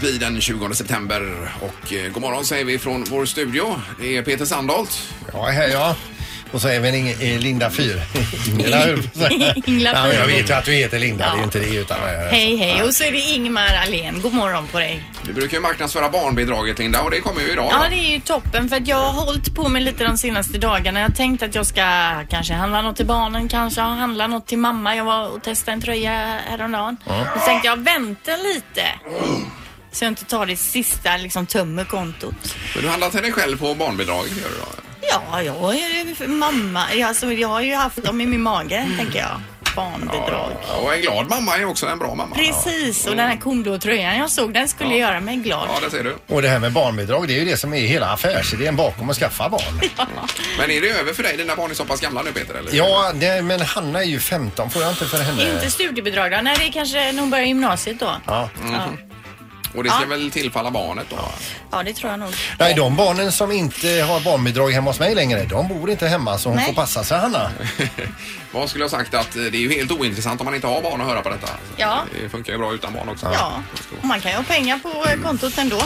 bli den 20 september. Och eh, god morgon säger vi från vår studio. Det är Peter Sandholt. Ja, här ja. Och så även Inge, eh, Linda Fyr. Ingela höll jag på att säga. Ingela ja, men Jag Fyr. vet ju att du heter Linda, det är ju inte det utan... eh, Alltså. Hej hej och så är det Ingmar Ahlén. God morgon på dig. Du brukar ju marknadsföra barnbidraget Linda och det kommer ju idag. Ja det är ju toppen för att jag har hållit på med lite de senaste dagarna. Jag tänkte att jag ska kanske handla något till barnen, kanske handla något till mamma. Jag var och testade en tröja häromdagen. Då tänkte jag vänta lite. Så jag inte tar det sista liksom tömmer kontot. Men du handlar till dig själv på barnbidrag. Gör du då. Ja, jag är ju för mamma. Jag- Alltså, jag har ju haft dem i min mage, tänker jag. Barnbidrag. Ja, och en glad mamma är också en bra mamma. Precis, och den här Kondor-tröjan jag såg, den skulle göra mig glad. Ja, det ser du. Och det här med barnbidrag, det är ju det som är hela affärsidén bakom att skaffa barn. Men är det över för dig? Dina barn är så pass gamla nu Peter? Eller? Ja, det, men Hanna är ju 15, får jag inte för henne? Inte studiebidrag då? Nej, det är kanske när hon börjar gymnasiet då. Ja. Ja. Och det ska Ja. väl tillfalla barnet då? ja, det tror jag nog. Nej, de barnen som inte har barnbidrag hemma hos mig längre, de bor inte hemma så hon Nej. får passa sig Hanna. Vad skulle jag ha sagt att eh, det är ju helt ointressant om man inte har barn att höra på detta. Ja. Det funkar ju bra utan barn också. Ja, och man kan ju ha pengar på eh, kontot ändå.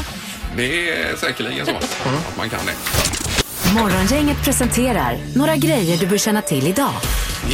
Det är säkerligen så att man kan det. Morgongänget presenterar några grejer du bör känna till idag.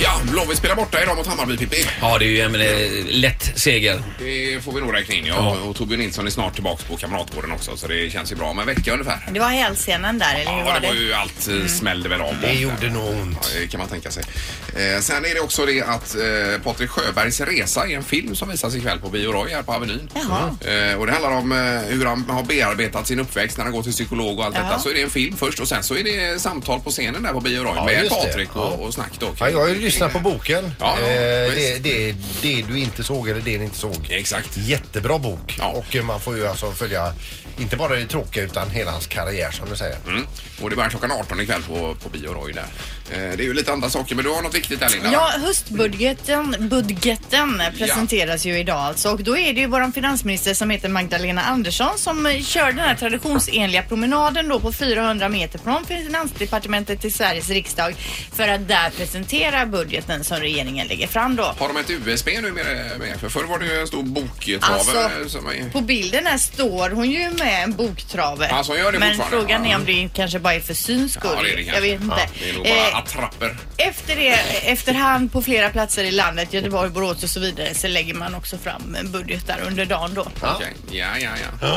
Ja, Blåvitt spelar borta idag mot Hammarby Pippi. Ja, det är ju en eh, lätt seger. Det får vi nog räkna in. Ja. Och Torbjörn Nilsson är snart tillbaka på Kamratgården också så det känns ju bra. Om en vecka ungefär. Det var hälsenan där, eller hur Ja, var det var det? ju allt mm. smällde väl av. Det gjorde nog ont. Ja, det kan man tänka sig. Eh, sen är det också det att eh, Patrik Sjöbergs resa är en film som visas ikväll på Bio Roy här på Avenyn. Jaha. Eh, och det handlar om eh, hur han har bearbetat sin uppväxt när han går till psykolog och allt detta. Så är det en film först och sen så är det samtal på scenen där på Bio Roy Ja, med just det. Patrik och, och snack då. Ja, jag har ju lyssnat på boken. Ja, ja, eh, det, visst. det, det du inte såg eller det ni inte såg. Exakt. Jättebra bok. Ja. Och eh, man får ju alltså följa inte bara det tråkiga utan hela hans karriär som du säger. Mm. Och det börjar klockan 18 ikväll på, på Bio Roy där. Eh, det är ju lite andra saker men du har något viktigt där Linda? Ja, höstbudgeten budgeten presenteras ju idag alltså och då är det ju vår finansminister som heter Magdalena Andersson som eh, kör den här traditionsenliga promenaden då på 400 meter från Finansdepartementet till Sveriges riksdag för att där presentera budgeten som regeringen lägger fram då. Har de ett USB nu med, med? För förr var det ju en stor boktavla. Alltså, som är... På bilden här står hon ju med en boktrave. Alltså, hon gör det Men fortfarande. frågan är Ja. om det kanske bara är för syns skull. Ja, det är det jag kanske. vet inte. Det är nog bara Eh, attrapper. efter det, efterhand på flera platser i landet, Göteborg, Borås och så vidare, så lägger man också fram en budget där under dagen då. Ja. Okej. Ja, ja, ja.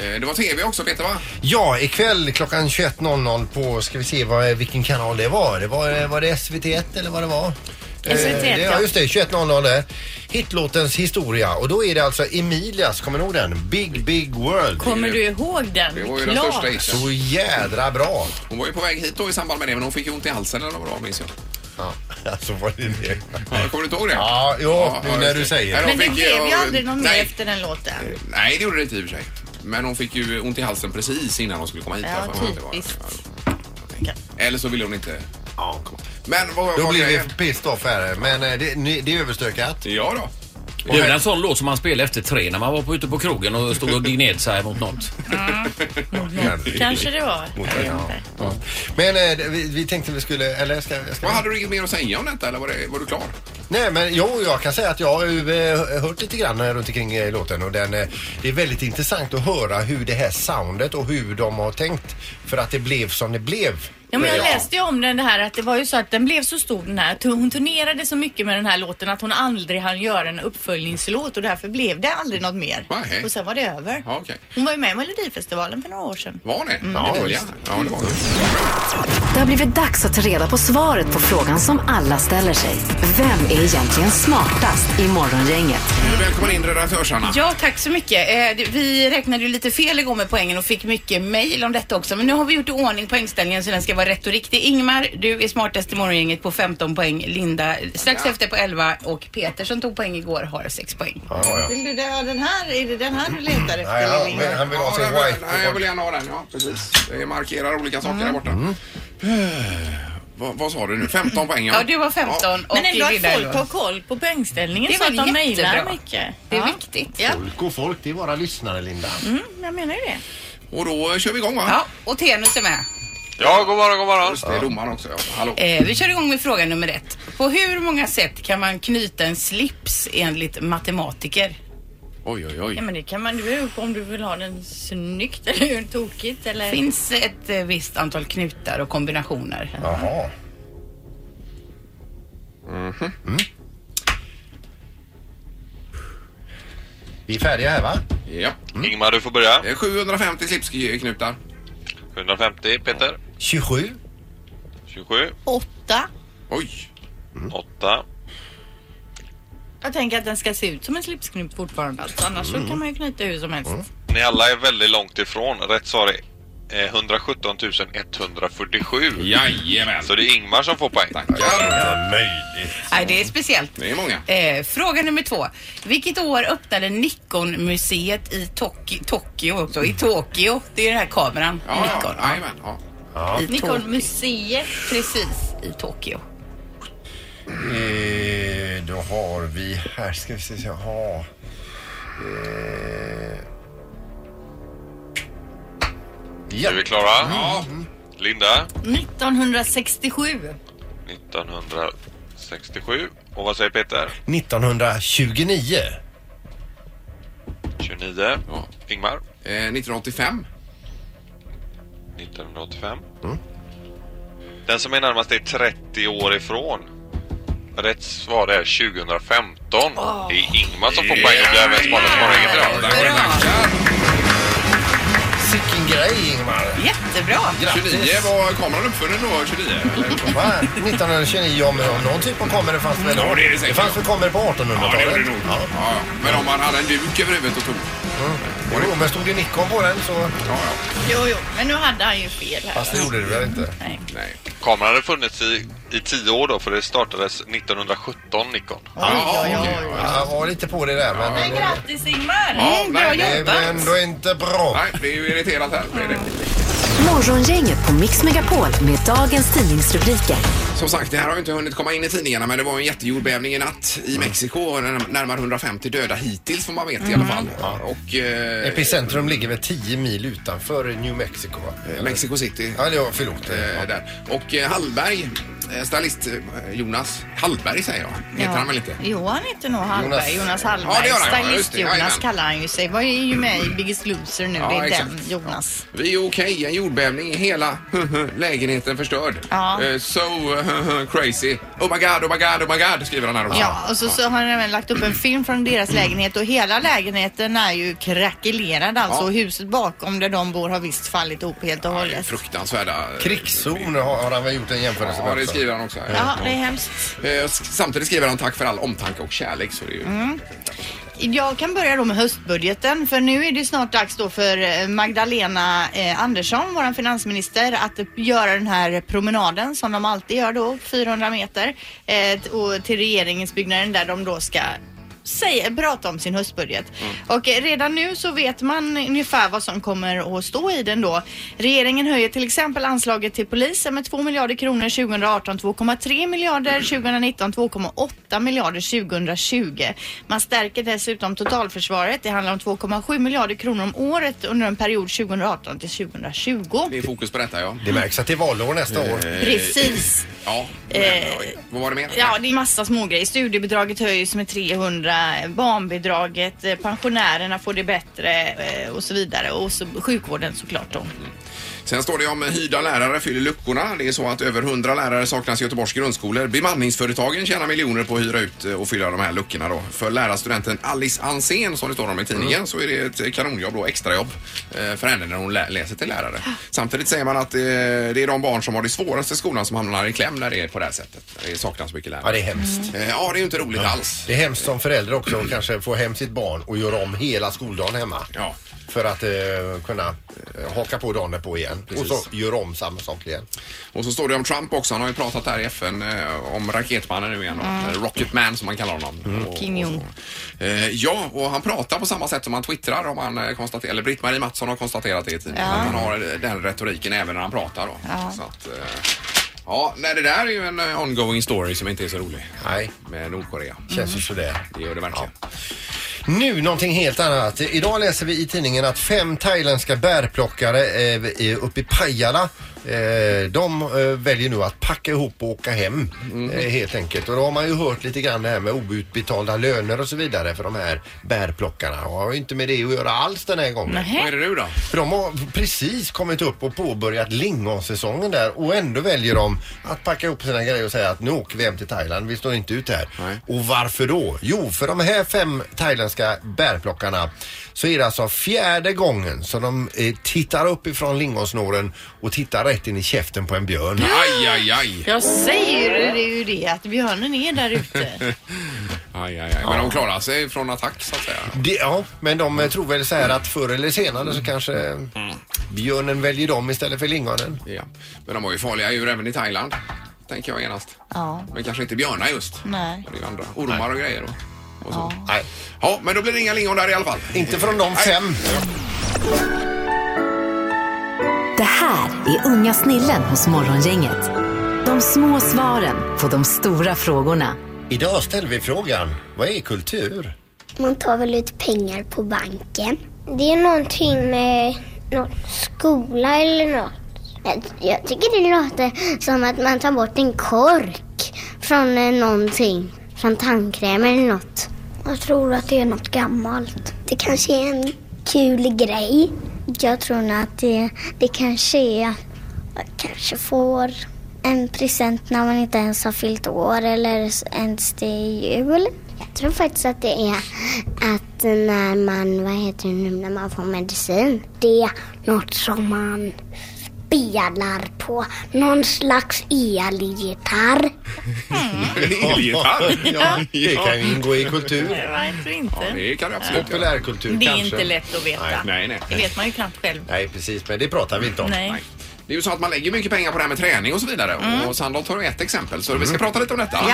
Eh, Det var tv också, Peter, va? Ja, ikväll klockan 21.00 på, ska vi se vad, vilken kanal det var. Det var, eh, var det SVT1 eller vad det var? Eh, SVT1, det, ja. ja. just det, 21.00 där. Hitlåtens historia och då är det alltså Emilias, kommer du ihåg den? Big Big World. Kommer du ihåg den? Det var ju den Klart. största hiten. Så jädra bra. Hon var ju på väg hit då i samband med det, men hon fick ju ont i halsen eller vad det var, minns jag. Ja, alltså var det det? Ja, Kommer du inte ihåg det? Ja, jo, nu när just du säger det. hon Men det fick blev ju aldrig någon mer nej. efter den låten. Nej, det gjorde det inte i och för sig. Men hon fick ju ont i halsen precis innan hon skulle komma hit. Ja, i alla fall. Det var- typiskt. Ja. Eller så ville hon inte ja, komma. Men vad Då vad blir grejen? vi pissed off här men eh, det, ni- det är överstökat. Ja då. Det är väl en sån låt som man spelade efter tre när man var på, ute på krogen och stod och gned sig mot något. Kanske det var. Jag vet Ja. inte. Ja. Men eh, vi, vi tänkte vi skulle, eller ska, ska Vad hade du inget mer att säga om detta eller var, det, var du klar? Nej men jo, jag kan säga att jag har ju eh, hört lite grann eh, runt omkring eh, låten och den, eh, det är väldigt intressant att höra hur det här soundet och hur de har tänkt för att det blev som det blev. Ja, men jag Ja. läste ju om den här att det var ju så att den blev så stor den här. att Hon turnerade så mycket med den här låten att hon aldrig hann göra en uppföljningslåt och därför blev det aldrig något mer. Nej. Och sen var det över. Ja, okej. Hon var ju med i Melodifestivalen för några år sedan. Var det? Ja, det var, ja. ja, det var det. Det har blivit dags att ta reda på svaret på frågan som alla ställer sig. Vem är egentligen smartast i Morgongänget? Välkommen in redaktörs-Anna. Ja, tack så mycket. Eh, det- Vi räknade ju lite fel igår med poängen och fick mycket mejl om detta också. Men nu har vi gjort i ordning poängställningen så den ska vara rätt och riktig. Ingmar, du är smartast i morgongänget på 15 poäng. Linda strax efter på 11 och Peter som tog poäng igår har 6 poäng. Ja, ja. Vill du ha den här? Är det den här du letar Nej, han, vill- han vill ha sin Ja, den- white. nej, jag vill gärna ha den. Ja, precis. Det markerar olika saker där borta. Eh, Vad, vad sa du nu? 15 poäng? Ja, du var 15 och Men ändå Linda att folk elva. har koll på poängställningen Det så var att de mejlar jättebra. mycket. Det är ja. viktigt. Ja, Folk och folk, det är våra lyssnare Linda. mm, jag menar ju det. Och då eh, kör vi igång va? Ja, och Tenus är med. Ja, god morgon, god morgon. Just det, domaren också. Ja. Hallå. Eh, vi kör igång med fråga nummer ett. På hur många sätt kan man knyta en slips enligt matematiker? Oj, oj, Ja, oj. men det kan man ju upp om du vill ha den snyggt eller tokigt eller... Det finns ett eh, visst antal knutar och kombinationer. Jaha. Mm-hmm. Mm. Vi är färdiga här va? Ja. Ingmar, du får börja. Eh, 750 slipsknutar. 150, Peter. Mm. 27. 27, Åtta. Oj. 8, Jag tänker att den ska se ut som en slipsknut fortfarande. Alltså, annars Mm. så kan man ju knyta hur som helst. Ni alla är väldigt långt ifrån. Rätt svar är eh, 117 147. Jajamän. Så det är Ingmar som får poäng. Tackar. Möjligt. Nej, det är speciellt. Det är många. Eh, fråga nummer två. Vilket år öppnade Nikon-museet i Tok- Tokyo också? I Tokyo. Det är den här kameran. Ja, Nikon. ja, jajamän. Ja. I Nikon. Nikon-museet. Precis, i Tokyo. Eh, då har vi här, ska vi se, jaha. Eh, ja. Är vi klara? Ja. Linda, 1967. 1967. Och vad säger Peter? 1929. 29. Ja. Ingmar, Eh, 1985. 1985. Mm. Den som är närmast är 30 år ifrån. Rätt svar är 2015. Det är Ingmar som får poäng och blir även smartast morgon idag. Tackar, tackar. Sicken grej Ingmar. Jättebra! 29 var kameran uppfunnen då, 29? eller? Va? 1929 om om någon typ av kameror fanns väl? Ja, det är det säkert. fanns väl kameror på Ja, det gjorde 1800-talet? det nog. Ja. ja. Men om man hade en duk över huvudet och tog. Mm. Jo, men stod det Nikon på den så... Ja, ja. Jo, jo, men nu hade han ju fel här. Fast det gjorde det väl inte? Nej. Kameran hade funnits i, i tio år då för det startades 1917 Nikon. Ja, oj, okej, oj. ja. Ja, jag var lite på det där men... Men grattis Ingmar! Ja, nej, Det nej, är väl ändå inte bra. nej, det är ju irriterat här. Det är det. Morgongänget på Mix Megapol med dagens tidningsrubriker. Som sagt, det här har ju inte hunnit komma in i tidningarna men det var en jättejordbävning i natt i Mexiko. Närm- Närmare 150 döda hittills får man veta i alla fall. Och eh, Epicentrum ligger väl 10 mil utanför New Mexico? va? Eller- Mexico City. Ja, det var, förlåt. Eh, där. Och eh, Hallberg, eh, stylist eh, Jonas Hallberg säger jag. Heter han väl inte? Jo, han heter nog Hallberg. Jonas, Jonas- Hallberg. Ja, det gör han, ja, just Stylist det. Jonas Jajamän. kallar han ju sig. Vad är ju med i Biggest Loser nu? Ja, det är exakt. den Jonas. Vi är okej, en jordbävning, hela eh, lägenheten förstörd. Ja. Eh, so crazy. Oh my god, oh my god, oh my god skriver han här också. Ja, och så, så har han även lagt upp en film från deras Mm. lägenhet och hela lägenheten är ju krackelerad alltså. Ja. Och huset bakom där de bor har visst fallit ihop helt och Det är hållet. Fruktansvärda. eh, Krigszon har, har han väl gjort en jämförelse Ja, med det också. skriver han också. här. Ja, det Mm. är hemskt. Eh, s- Samtidigt skriver han tack för all omtanke och kärlek. Så det är ju... Jag kan börja då med höstbudgeten för nu är det snart dags då för eh, Magdalena eh, Andersson, vår finansminister, att göra den här promenaden som de alltid gör då, 400 meter, eh, t- och till regeringsbyggnaden där de då ska säga, prata om sin höstbudget. Och eh, redan nu så vet man ungefär vad som kommer att stå i den då. Regeringen höjer till exempel anslaget till polisen med 2 miljarder kronor 2018, 2,3 miljarder 2019, 2,8 miljarder 2020. Man stärker dessutom totalförsvaret. Det handlar om 2,7 miljarder kronor om året under en period 2018 till 2020. Det är fokus på detta, ja. Det märks att det är valår nästa år. Eh. Precis. ja. Men, Eh, oj, vad var det mer? Ja, det är massa smågrejer. Studiebidraget höjs med 300, barnbidraget, eh, pensionärerna får det bättre eh, och så vidare. Och så sjukvården såklart då. Sen står det om hyrda lärare fyller luckorna. Det är så att över 100 lärare saknas i Göteborgs grundskolor. Bemanningsföretagen tjänar miljoner på att hyra ut eh, och fylla de här luckorna då. För lärarstudenten Alice Ansén som det står om i tidningen så är det ett kanonjobb då, extrajobb eh, för henne när hon lä- läser till lärare. Samtidigt säger man att eh, det är de barn som har det svårast i skolan som hamnar i kläm när det är på det här sättet. Det saknas mycket lärare. Ja, det är hemskt. Eh, Ja, det är ju inte roligt alls. Det är hemskt som förälder också att kanske få hem sitt barn och göra om hela skoldagen hemma. Ja. För att eh, kunna eh, haka på dagen på igen. Och så göra om samma sak igen. Och så står det om Trump också. Han har ju pratat här i FN eh, om raketmannen nu igen. Mm. Rocketman som man kallar honom. Och- Mm. Kim Jong. och så. Eh, ja, och han pratar på samma sätt som han twittrar om han eh, konstaterar, eller Britt-Marie Mattsson har konstaterat det i tidningen. Ja. Att Han har eh, den retoriken även när han pratar då. Ja. Så att, eh, ja, nej, det där är ju en eh, ongoing story som inte är så rolig. Nej, Med Nordkorea. känns ju sådär. Det gör det verkligen. Nu någonting helt annat. Idag läser vi i tidningen att fem thailändska bärplockare eh, är uppe i Pajala Eh, de eh, väljer nu att packa ihop och åka hem eh, helt enkelt. Och då har man ju hört lite grann det här med outbetalda löner och så vidare för de här bärplockarna. Och har ju inte med det att göra alls den här gången. Nähä. Vad är det nu då? För de har precis kommit upp och påbörjat lingonsäsongen där och ändå väljer de att packa ihop sina grejer och säga att nu åker vi hem till Thailand, vi står inte ut här. Nej. Och varför då? Jo, för de här fem thailändska bärplockarna så är det alltså fjärde gången som de eh, tittar upp ifrån lingonsnåren och tittar rätt in i käften på en björn. Aj, aj, aj. Jag säger ju det, det är ju det att björnen är där ute. aj, aj, aj. Men de klarar sig från attack så att säga. Det, ja, men de eh, tror väl så här att förr eller senare så kanske Mm. eh, björnen väljer dem istället för lingonen. Ja. Men de har ju farliga djur även i Thailand. Tänker jag genast. Ja. Men kanske inte björnar just. Nej. Men Det är ju andra. Ormar och grejer. Och, och så. Nej. Ja, men då blir det inga lingon där i alla fall. Inte från de Nej. fem. Det här är Unga snillen hos Morgongänget. De små svaren på de stora frågorna. Idag ställer vi frågan, vad är kultur? Man tar väl ut pengar på banken. Det är någonting med någon skola eller något. Jag, jag tycker det låter som att man tar bort en kork från eh, någonting. Från tandkräm eller något. Jag tror att det är något gammalt. Det kanske är en kul grej. Jag tror nog att det, det kanske är man kanske får en present när man inte ens har fyllt år eller ens det är jul. Jag tror faktiskt att det är att när man, vad heter det nu, när man får medicin. Det är något som man spelar på, någon slags elgitarr. Elgitarr. Ja, det kan ju ingå i kultur. Varför Ja, inte? det kan det absolut göra. Populärkultur Det är kanske. inte lätt att veta. Nej, nej. Det vet man ju knappt själv. Nej, precis, men det pratar vi inte om. Nej. Nej. Det är ju så att man lägger mycket pengar på det här med träning och så vidare. Och Sandholt har ju ett exempel, så vi Mm. ska prata lite om detta. Mm.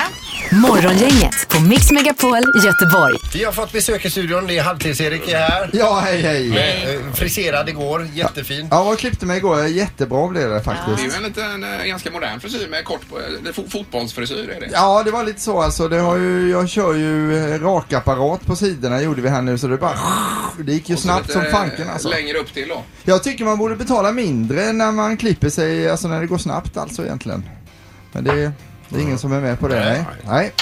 Ja. Morgongänget på Mix Megapol Göteborg. Vi har fått besök i studion. Det är Halvtids-Erik är här. Ja, hej, hej. Eh, Friserad igår, jättefin. Ja, jag klippte mig igår. Jättebra blev det Det är faktiskt. ju en liten, eh, ganska modern frisyr med kort, på- eh, fo- fotbollsfrisyr är det. Ja, det var lite så alltså. Det har ju, jag kör ju eh, rakapparat på sidorna gjorde vi här nu så det bara... Det gick ju Och så snabbt som lite eh, fanken alltså. Längre upp till då. Jag tycker man borde betala mindre när man klipper sig, alltså när det går snabbt alltså egentligen. Men det, det är ingen som är med på det, Eh, nej. Nej,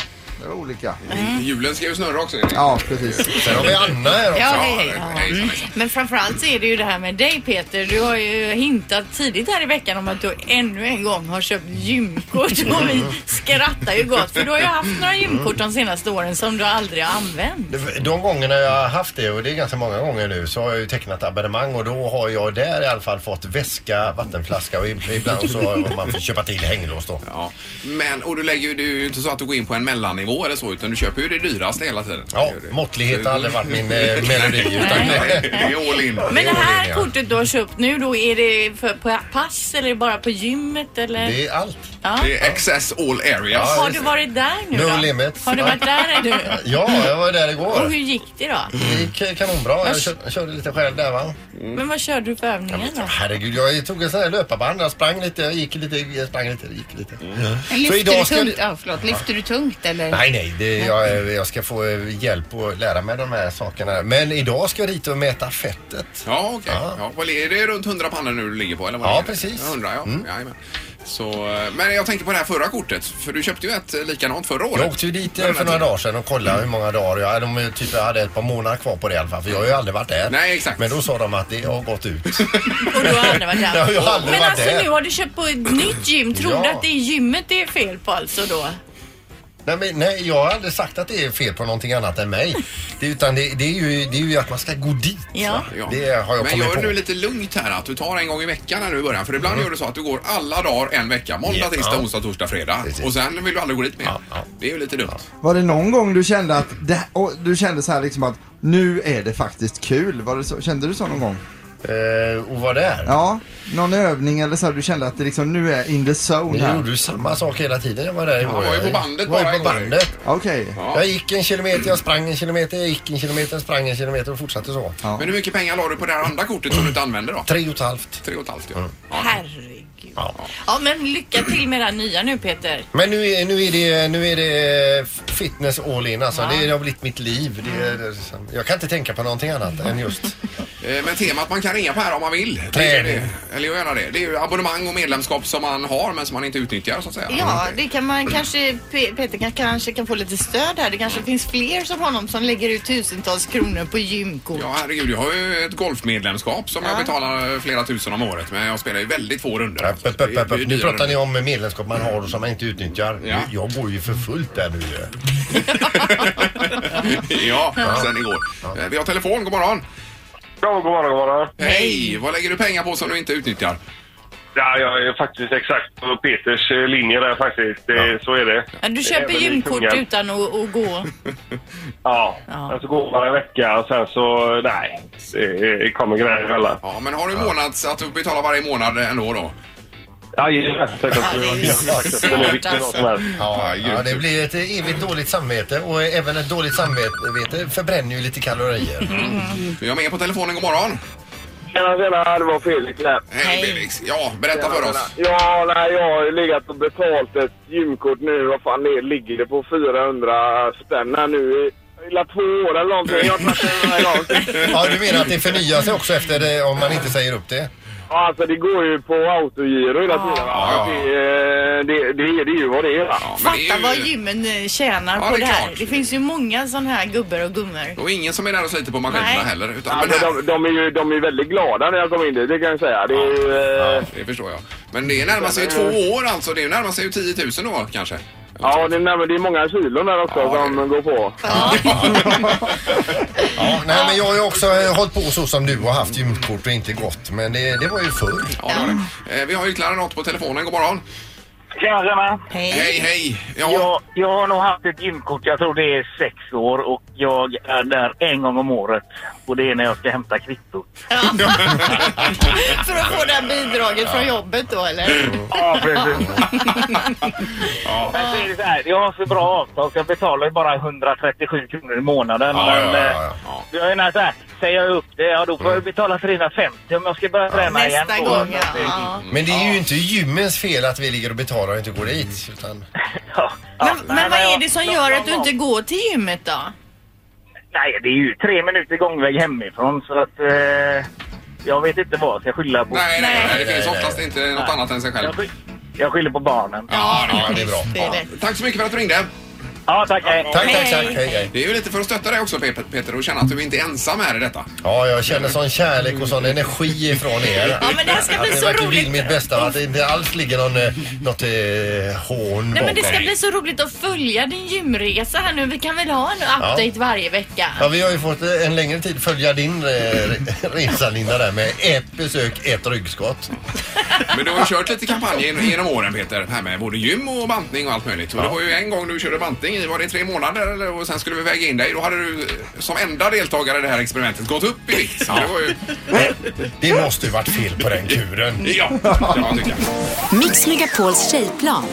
det var olika. Mm. Hjulen ska ju snurra också. Erik. Ja, precis. Sen har vi Anna här Ja, också. hej, hej. Ja, Ja. hejsan, Mm. hejsan. Men framförallt så är det ju det här med dig Peter. Du har ju hintat tidigt här i veckan om att du ännu en gång har köpt gymkort och vi skrattar ju gott för du har ju haft några gymkort de senaste åren som du aldrig har använt. De gångerna jag har haft det, och det är ganska många gånger nu, så har jag ju tecknat abonnemang och då har jag där i alla fall fått väska, vattenflaska och ibland så har man fått köpa till hänglås då. Ja. Men, och du lägger ju, det är ju inte så att du går in på en mellannivå eller så, utan du köper ju det dyraste hela tiden. Ja, Det gör du. måttlighet har aldrig varit min eh, melodi. Utan, Nej, det är all in. Men det Det här är det, ja. kortet du har köpt nu då, är det för, på pass eller bara på gymmet eller? det är allt. Ja. Det är access all areas. Har du varit där nu No då? limit. Har du varit där är du? Ja, jag var där Och igår. hur gick det då? Det gick kanonbra. Jag kör, körde lite själv där va. Men vad körde du för övningar då? Herregud, jag tog en sån här löparband. Jag sprang lite, jag gick lite, jag sprang lite, jag gick lite. Lyfter idag ska du tungt? du- Ja, förlåt. Lyfter du tungt eller? Nej, nej, det, jag, jag ska få eh, hjälp och lära mig de här sakerna. Men idag ska jag dit och mäta fettet. Ja, okej. Ja, vad är det runt 100 pannor nu du ligger på? Eller vad Ja, är det? precis. Mm. 100, ja. Jajamän. Så, eh, men jag tänkte på det här förra kortet, för du köpte ju ett eh, likadant förra året. Jag åkte ju dit eh, för några dagar sedan och kollade hur många dagar jag hade. De, eh, Typ, jag hade ett par månader kvar på det i alla fall, för jag har ju aldrig varit där. Nej, exakt. Men då sa de att det har gått ut. Och du har aldrig varit där? Jag har ju aldrig Men varit alltså där. nu har du köpt på ett nytt gym. Tror du Ja. att det är gymmet det är fel på alltså då? Nej, men, nej, jag har aldrig sagt att det är fel på någonting annat än mig. Det, utan det, det, är, ju, det är ju att man ska gå dit. Ja. va? Ja. Det har jag Men kommit gör på. Mm. nu lite lugnt här att du tar en gång i veckan här nu i början. För ibland gör du så att du går alla dagar en vecka. Måndag, Ja. tisdag, onsdag, torsdag, fredag. Precis. Och sen vill du aldrig gå dit mer. Ja, ja. Det är ju lite dumt. Var det någon gång du kände att det, och du kände så här liksom att nu är det faktiskt kul? Var det så, kände du så någon gång? Eh, och vad det är? Ja, någon övning eller så här, du kände att det liksom nu är in the zone Jag gjorde här? ju samma sak hela tiden jag var där igår. Ja, var ju Jag på bandet var bara ju på igår. bandet. Okej. Ja. Jag gick en kilometer, jag sprang en kilometer, jag gick en kilometer, sprang en kilometer och fortsatte så. Ja. Men hur mycket pengar la du på det här andra kortet som du inte använder då? Tre och ett halvt. Tre och ett halvt Mm. ja. ja. Herregud. Ja. Ja men lycka till med det här nya nu Peter. Men nu är, nu, är det, nu är det fitness all in alltså. Det har blivit mitt liv. Det är, jag kan inte tänka på någonting annat än just Eh, Men temat man kan ringa på här om man vill. Det är ju Träning. det. Eller göra det. Det är ju abonnemang och medlemskap som man har men som man inte utnyttjar så att säga. Ja, det kan man kanske, Pe- Peter kan, kanske kan få lite stöd här. Det kanske finns fler som honom som lägger ut tusentals kronor på gymkort. Ja, herregud. Jag har ju ett golfmedlemskap som jag betalar flera tusen om året. Men jag spelar ju väldigt få runder. Upp, upp, Det är- upp, upp. det är Nu dyrare. pratar ni om medlemskap man har och som man inte utnyttjar. Ja. Jag går ju för fullt där nu ju. ja, sen igår. Eh, Vi har telefon. God morgon. Ja, god morgon, god morgon. Hej! Vad lägger du pengar på som du inte utnyttjar? Ja, jag är faktiskt exakt på Peters eh, linje där faktiskt. Det, Så är det. Ja, Du Även köper i gymkort tungan. utan att, att gå. Ja. Ja. Alltså går man en vecka och sen så, nej, det det kommer grejer emellan. Ja, men har du månads, att du betalar varje månad ändå då? Jajamän, säkert. Ja, det är Det är vilken dag som helst. Ja, Ja, ja, det gud. blir ett evigt dåligt samvete och även ett dåligt samvete förbränner ju lite kalorier. Vi har med på telefonen. God morgon! Tjena, tjena, det var Felix där. Hej, Hej. Felix! Ja, berätta för oss. Ja, nej, jag har ju legat och betalt ett gymkort nu. Vad fan det ligger det på 400 spänn här nu i hela två år eller någonting. Jag har tagit det den här gången. Ja, du menar att det förnyar sig också efter det, om man inte säger upp det? Ja, alltså det går ju på autogiro hela tiden. va? Ja, ja. Det, eh, det, det, det är ju vad det är. va? Ja, men det är Fatta ju- vad gymmen eh, tjänar Ja, på det det är här. klart. Det finns ju många sådana här gubbar och gummor. Och ingen som är där och sliter på maskinerna Nej. heller. Utan, men Alltså, här, de, de är ju de är väldigt glada när jag kom in dit, det kan jag säga. Det är ju, eh, det förstår jag. Men det är närmar sig ju två år alltså. Det är närmar sig ju 10 000 då kanske. ja, det, är, närmare- det är många kilon där också Ja, som går på. Ja, nej, men jag har ju också eh, hållit på så som du och haft gymkort och inte gått. Men det, det var ju förr. Ja, det var det. Eh, Vi har ju Clara Nott på telefonen. God morgon! Tjena, tjena. Hej, hej! Ja, Jag, jag har nog haft ett gymkort, jag tror det är sex år och jag är där en gång om året. Och det är när jag ska hämta kvittot. För att få det här bidraget från jobbet då eller? Ja, precis. Men så är det så här, jag har så bra avtal så jag betalar ju bara 137 kronor i månaden. Ja, men, ja, ja, ja. eh, Jag menar så här, säger jag upp det, ja då får jag betala 350 om jag ska börja träna igen. Nästa då. gång ja. ja. Men det är ju inte gymmens fel att vi ligger och betalar och inte går dit. Utan... Ja. Ja, Men, nej, men vad är jag- det som gör att du någon inte gång- går till gymmet då? Nej, det är ju tre minuter gångväg hemifrån så att... Eh, jag vet inte vad jag ska skylla på. nej, nej, nej. Nej. Det finns oftast inte något annat än sig själv. Jag, sky- jag skyller på barnen. Ja, det är Ja, klart. det är bra. Det är det. Tack så mycket för att du ringde. Ja, tack. hej. Tack, tack, tack. Hej, hej. Det är ju lite för att stötta dig också Pe- Peter och känna att du inte är ensam här i detta. Ja, jag känner sån kärlek och sån energi ifrån er. Ja, men det här ska Att bli ni så verkligen vill roligt. mitt bästa. Att det inte alls ligger någon, eh, något eh, hån Nej men det bakom. ska bli så roligt att följa din gymresa här nu. Vi kan väl ha en update varje vecka? Ja, vi har ju fått eh, en längre tid följa din eh, re- resa Linda där med ett besök, ett ryggskott. Men du har ju kört lite kampanj gen- genom åren Peter, här med både gym och bantning och allt möjligt. Och det var ju en gång du körde bantning i, var det tre månader eller? Och sen skulle vi väga in dig. Då hade du eh, som enda deltagare i det här experimentet gått upp i vikt. Så det var ju... Det måste ju varit fel på den kuren. Ja, ja, tycker jag. Mix Megapols tjejplan.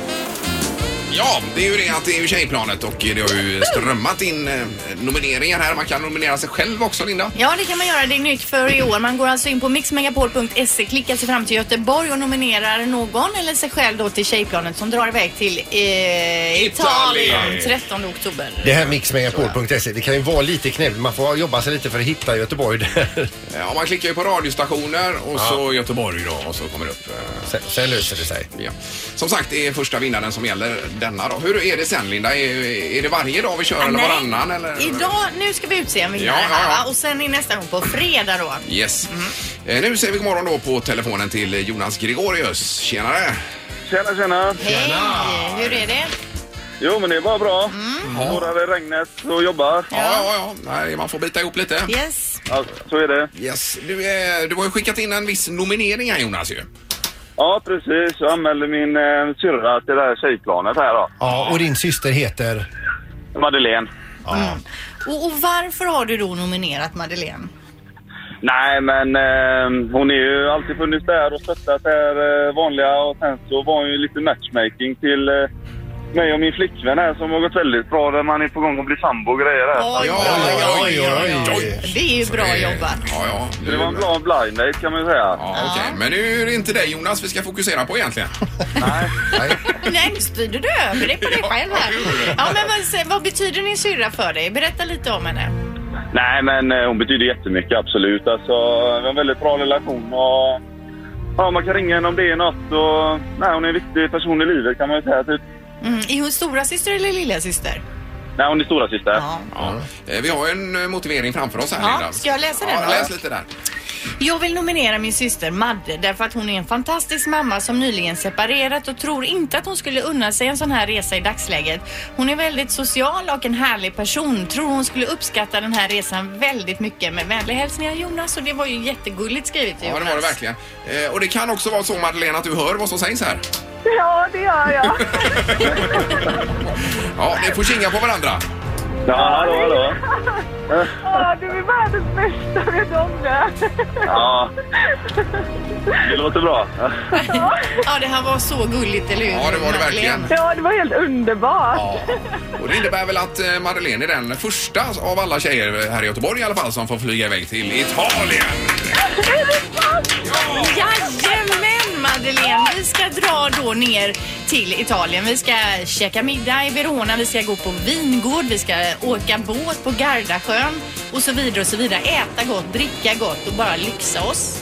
Ja, det är ju det att det är ju tjejplanet och det har ju strömmat in eh, nomineringar här. Man kan nominera sig själv också Linda. Ja, det kan man göra. Det är nytt för i år. Man går alltså in på mixmegapol.se, klickar sig fram till Göteborg och nominerar någon eller sig själv då till Tjejplanet som drar iväg till eh, Italien. Italien 13 oktober. Det här mixmegapol.se, det kan ju vara lite knepigt. Man får jobba sig lite för att hitta Göteborg där. Eh, Ja, man klickar ju på radiostationer och så Göteborg då och så kommer det upp. eh, Sen, sen löser det sig. Ja. Som sagt, det är första vinnaren som gäller denna då. Hur är det sen Linda? Är, är det varje dag vi kör eller Nej. varannan? Eller? Idag, nu ska vi utse en vinnare Ja, ja, ja. här, va? och sen är nästa gång på fredag då. Yes. Mm. Eh, Nu säger vi god morgon då på telefonen till Jonas Gregorius. Tjenare! Tjena, tjena. Hej! Hur är det? Jo, men det är bara bra. Står här i regnet och jobbar. Ja, ja, ja. Nej, man får bita ihop lite. Yes. Ja, så är det. Yes. Du, eh, du har ju skickat in en viss nominering här Jonas ju. Ja, precis. Jag anmälde min eh, syrra till det här tjejplanet här då. Ja, och din syster heter? Madeleine. Och, och varför har du då nominerat Madeleine? Nej, men eh, hon är ju alltid funnits där och stöttat det här eh, vanliga och sen så var hon ju lite matchmaking till eh, mig och min flickvän här som har gått väldigt bra där man är på gång att bli sambo och grejer här. Oj, oj, oj, oj. Det är ju bra jobbat. Eh, Ja, ja. Så det var en bra blind date kan man ju säga. Ja, okej. Men nu är det inte dig Jonas vi ska fokusera på egentligen. Nej, nu styrde du över dig på dig själv här. jag gjorde det. Ja, men vad, vad betyder din syrra för dig? Berätta lite om henne. Nej, men eh, hon betyder jättemycket, absolut. Alltså, vi har en väldigt bra relation och ja, man kan ringa henne om det är något. Och, nej, hon är en viktig person i livet kan man ju säga. Typ. Mm. Är hon stora syster eller lilla syster? Nej, hon är stora syster. Ja. Eh, Vi har ju en eh, motivering framför oss här Ja, Linda. ska jag läsa den Ja, då? läs lite där. Jag vill nominera min syster Madde därför att hon är en fantastisk mamma som nyligen separerat och tror inte att hon skulle unna sig en sån här resa i dagsläget. Hon är väldigt social och en härlig person. Tror hon skulle uppskatta den här resan väldigt mycket. Med vänliga hälsningar Jonas och det var ju jättegulligt skrivet Ja, Jonas. det var det verkligen. Eh, Och det kan också vara så Madeleine att du hör vad som sägs här. Ja, det gör jag. Ja, ni får kinga på varandra. Ja, hallå, hallå. Ja, du är världens bästa, vet du om det? Ja, det låter bra. Ja, det här var så gulligt, eller hur? Ja, det var det verkligen. Ja, det var helt underbart. Och det innebär väl att eh, Madeleine är den första av alla tjejer här i Göteborg i alla fall som får flyga iväg till Italien. Jajamän Madeleine! Vi ska dra då ner till Italien. Vi ska käka middag i Verona, vi ska gå på vingård, vi ska åka båt på Gardasjön och så vidare och så vidare. Äta gott, dricka gott och bara lyxa oss.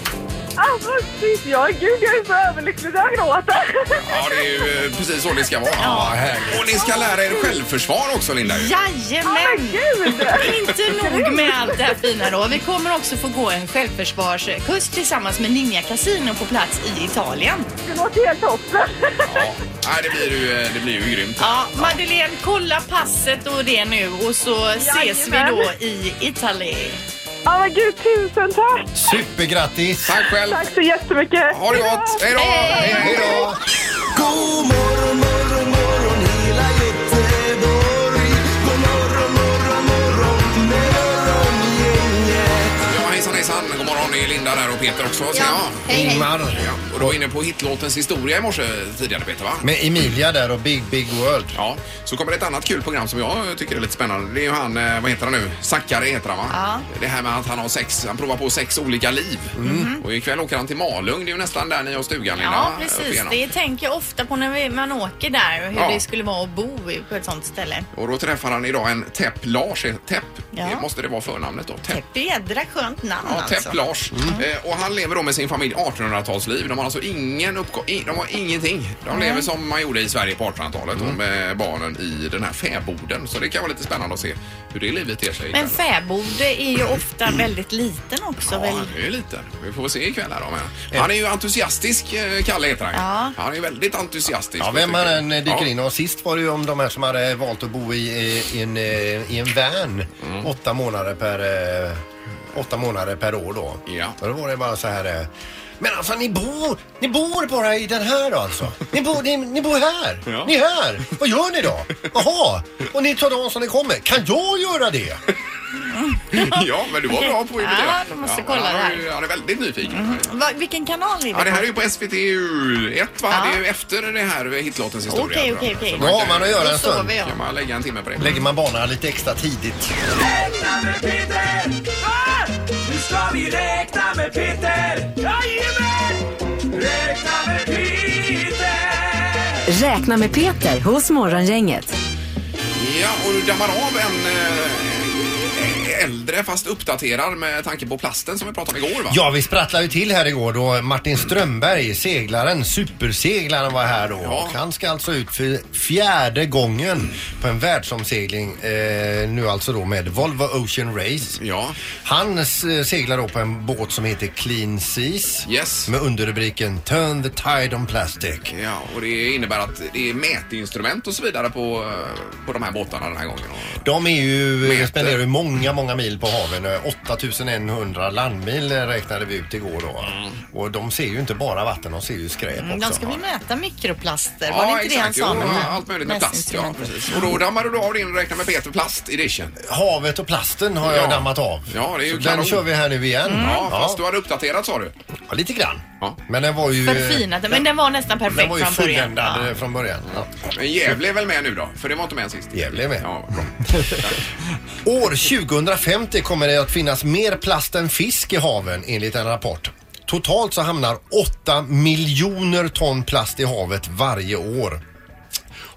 Alltså, shit, jag, gud, jag är så överlycklig så jag gråter. Ja, det är ju eh, precis så det ska vara. och ni ska lära er självförsvar också Linda. ju. Jajamän! Inte nog med allt det här fina då. Vi kommer också få gå en självförsvarskurs tillsammans med Ninja Casino på plats i Italien. Det låter helt toppen. Nej, det blir ju, eh, det blir ju grymt. Ja, Madeleine, kolla passet och det nu och så ses vi Jajamän. då i Italien. Ja, men gud, tusen tack. Supergrattis! Tack själv! Tack så jättemycket. Ha det gott! Hej då! Hej. Hej då! Ja, hejsan, hejsan. God morgon, det är Linda där och Peter också. säger jag. Hej, hej. Ingmar. Ja, och du var inne på hitlåtens historia i morse tidigare Peter va? Med Emilia där och Big Big World. Ja, så kommer det ett annat kul program som jag tycker är lite spännande. Det är ju han, eh, vad heter han nu? Sackare heter han va? Ja. Det här med att han har sex, han provar på sex olika liv. Och ikväll åker han till Malung, det är ju nästan där ni har stugan Linda. Mhm. Ja, va? Upp precis. igenom. Det tänker jag ofta på när vi, man åker där och hur Ja. det skulle vara att bo på ett sånt ställe. Och då träffar han idag en Tepp Lars, eh, Tepp, Ja. det måste det vara förnamnet då. Tepp. Ett jädra skönt namn Ja, alltså. Tepp Lars. Eh, och han lever då med sin familj 1800-talsliv. De har alltså ingen uppgång, de har ingenting. De lever som man gjorde i Sverige på 1800-talet Mm. och med barnen i den här fäboden. Så det kan vara lite spännande att se hur det livet ter sig. Men ikväll. fäbod är ju ofta väldigt liten också. Ja, väl? han är ju liten. Vi får se ikväll här då. Men. Han är ju entusiastisk, eh, Kalle heter han. Ja. Han är ju väldigt entusiastisk. Ja, vem man än eh, dyker Ja. in. Och sist var det ju om de här som hade valt att bo i, eh, i, en, eh, i en van Mm. åtta månader per eh, åtta månader per år då. Ja. Och då var det bara så här. eh, Men alltså ni bor, ni bor bara i den här då alltså. Ni bor, ni, ni bor här. Ja. Ni är här. Vad gör ni då? Jaha, och ni tar dagen som ni kommer. Kan jag göra det? ja, men du var bra på Emilia. Ja, du måste kolla han det här. Mm. är ju- Han är väldigt nyfiken. Va, vilken kanal är vi Ja, det här på? är ju på SVT 1 va? Det är ju efter det här hitlåtens historia. Okej, tror jag. okej, okej. Så Då har man att göra Då en stund. sover jag. Kan man lägga en timme på det? Lägger man banorna lite extra tidigt. Nu ska vi räkna med Peter! Jajamän! Räkna med Peter! Räkna med Peter hos Morgongänget. Ja, och du dammar av en eh, äldre fast uppdaterad med tanke på plasten som vi pratade om igår va? Ja, vi sprattlade ju till här igår då Martin Strömberg, seglaren, superseglaren var här då. Ja. Och han ska alltså ut för fjärde gången på en världsomsegling. Eh, nu alltså då med Volvo Ocean Race. Ja. Han eh, seglar då på en båt som heter Clean Seas. Yes. Med underrubriken Turn the tide on plastic. Ja, och det innebär att det är mätinstrument och så vidare på, eh, på de här båtarna den här gången. Och- De är ju, eh, Meter. spenderar ju många, många mil på haven. Eh, 8100 landmil eh, räknade vi ut igår då. Mm. Och de ser ju inte bara vatten, de ser ju skräp också. Mm, De ska väl mäta mikroplaster? Var det Alltså. Ja, inte det han exakt. Jo, sa? med de här allt möjligt med plast. Ja, mässinstrumenten? precis. Och då dammade du av din Räkna med Peter Plast Edition. Havet och plasten har jag Ja. dammat av. Ja, det är ju Så kanon. Mm. den kör vi här nu igen. Ja, fast du hade uppdaterat sa du. Ja, lite grann. Ja. Men den var ju... Förfinat, men den var nästan Den perfekt var ju från början. fulländad Ja. eh, från början. Ja. Men Gävle är väl med nu då? För det var inte med sist. Gävle är med. Ja, vad bra. År 2050 kommer det att finnas mer plast än fisk i haven enligt en rapport. Totalt så hamnar 8 miljoner ton plast i havet varje år.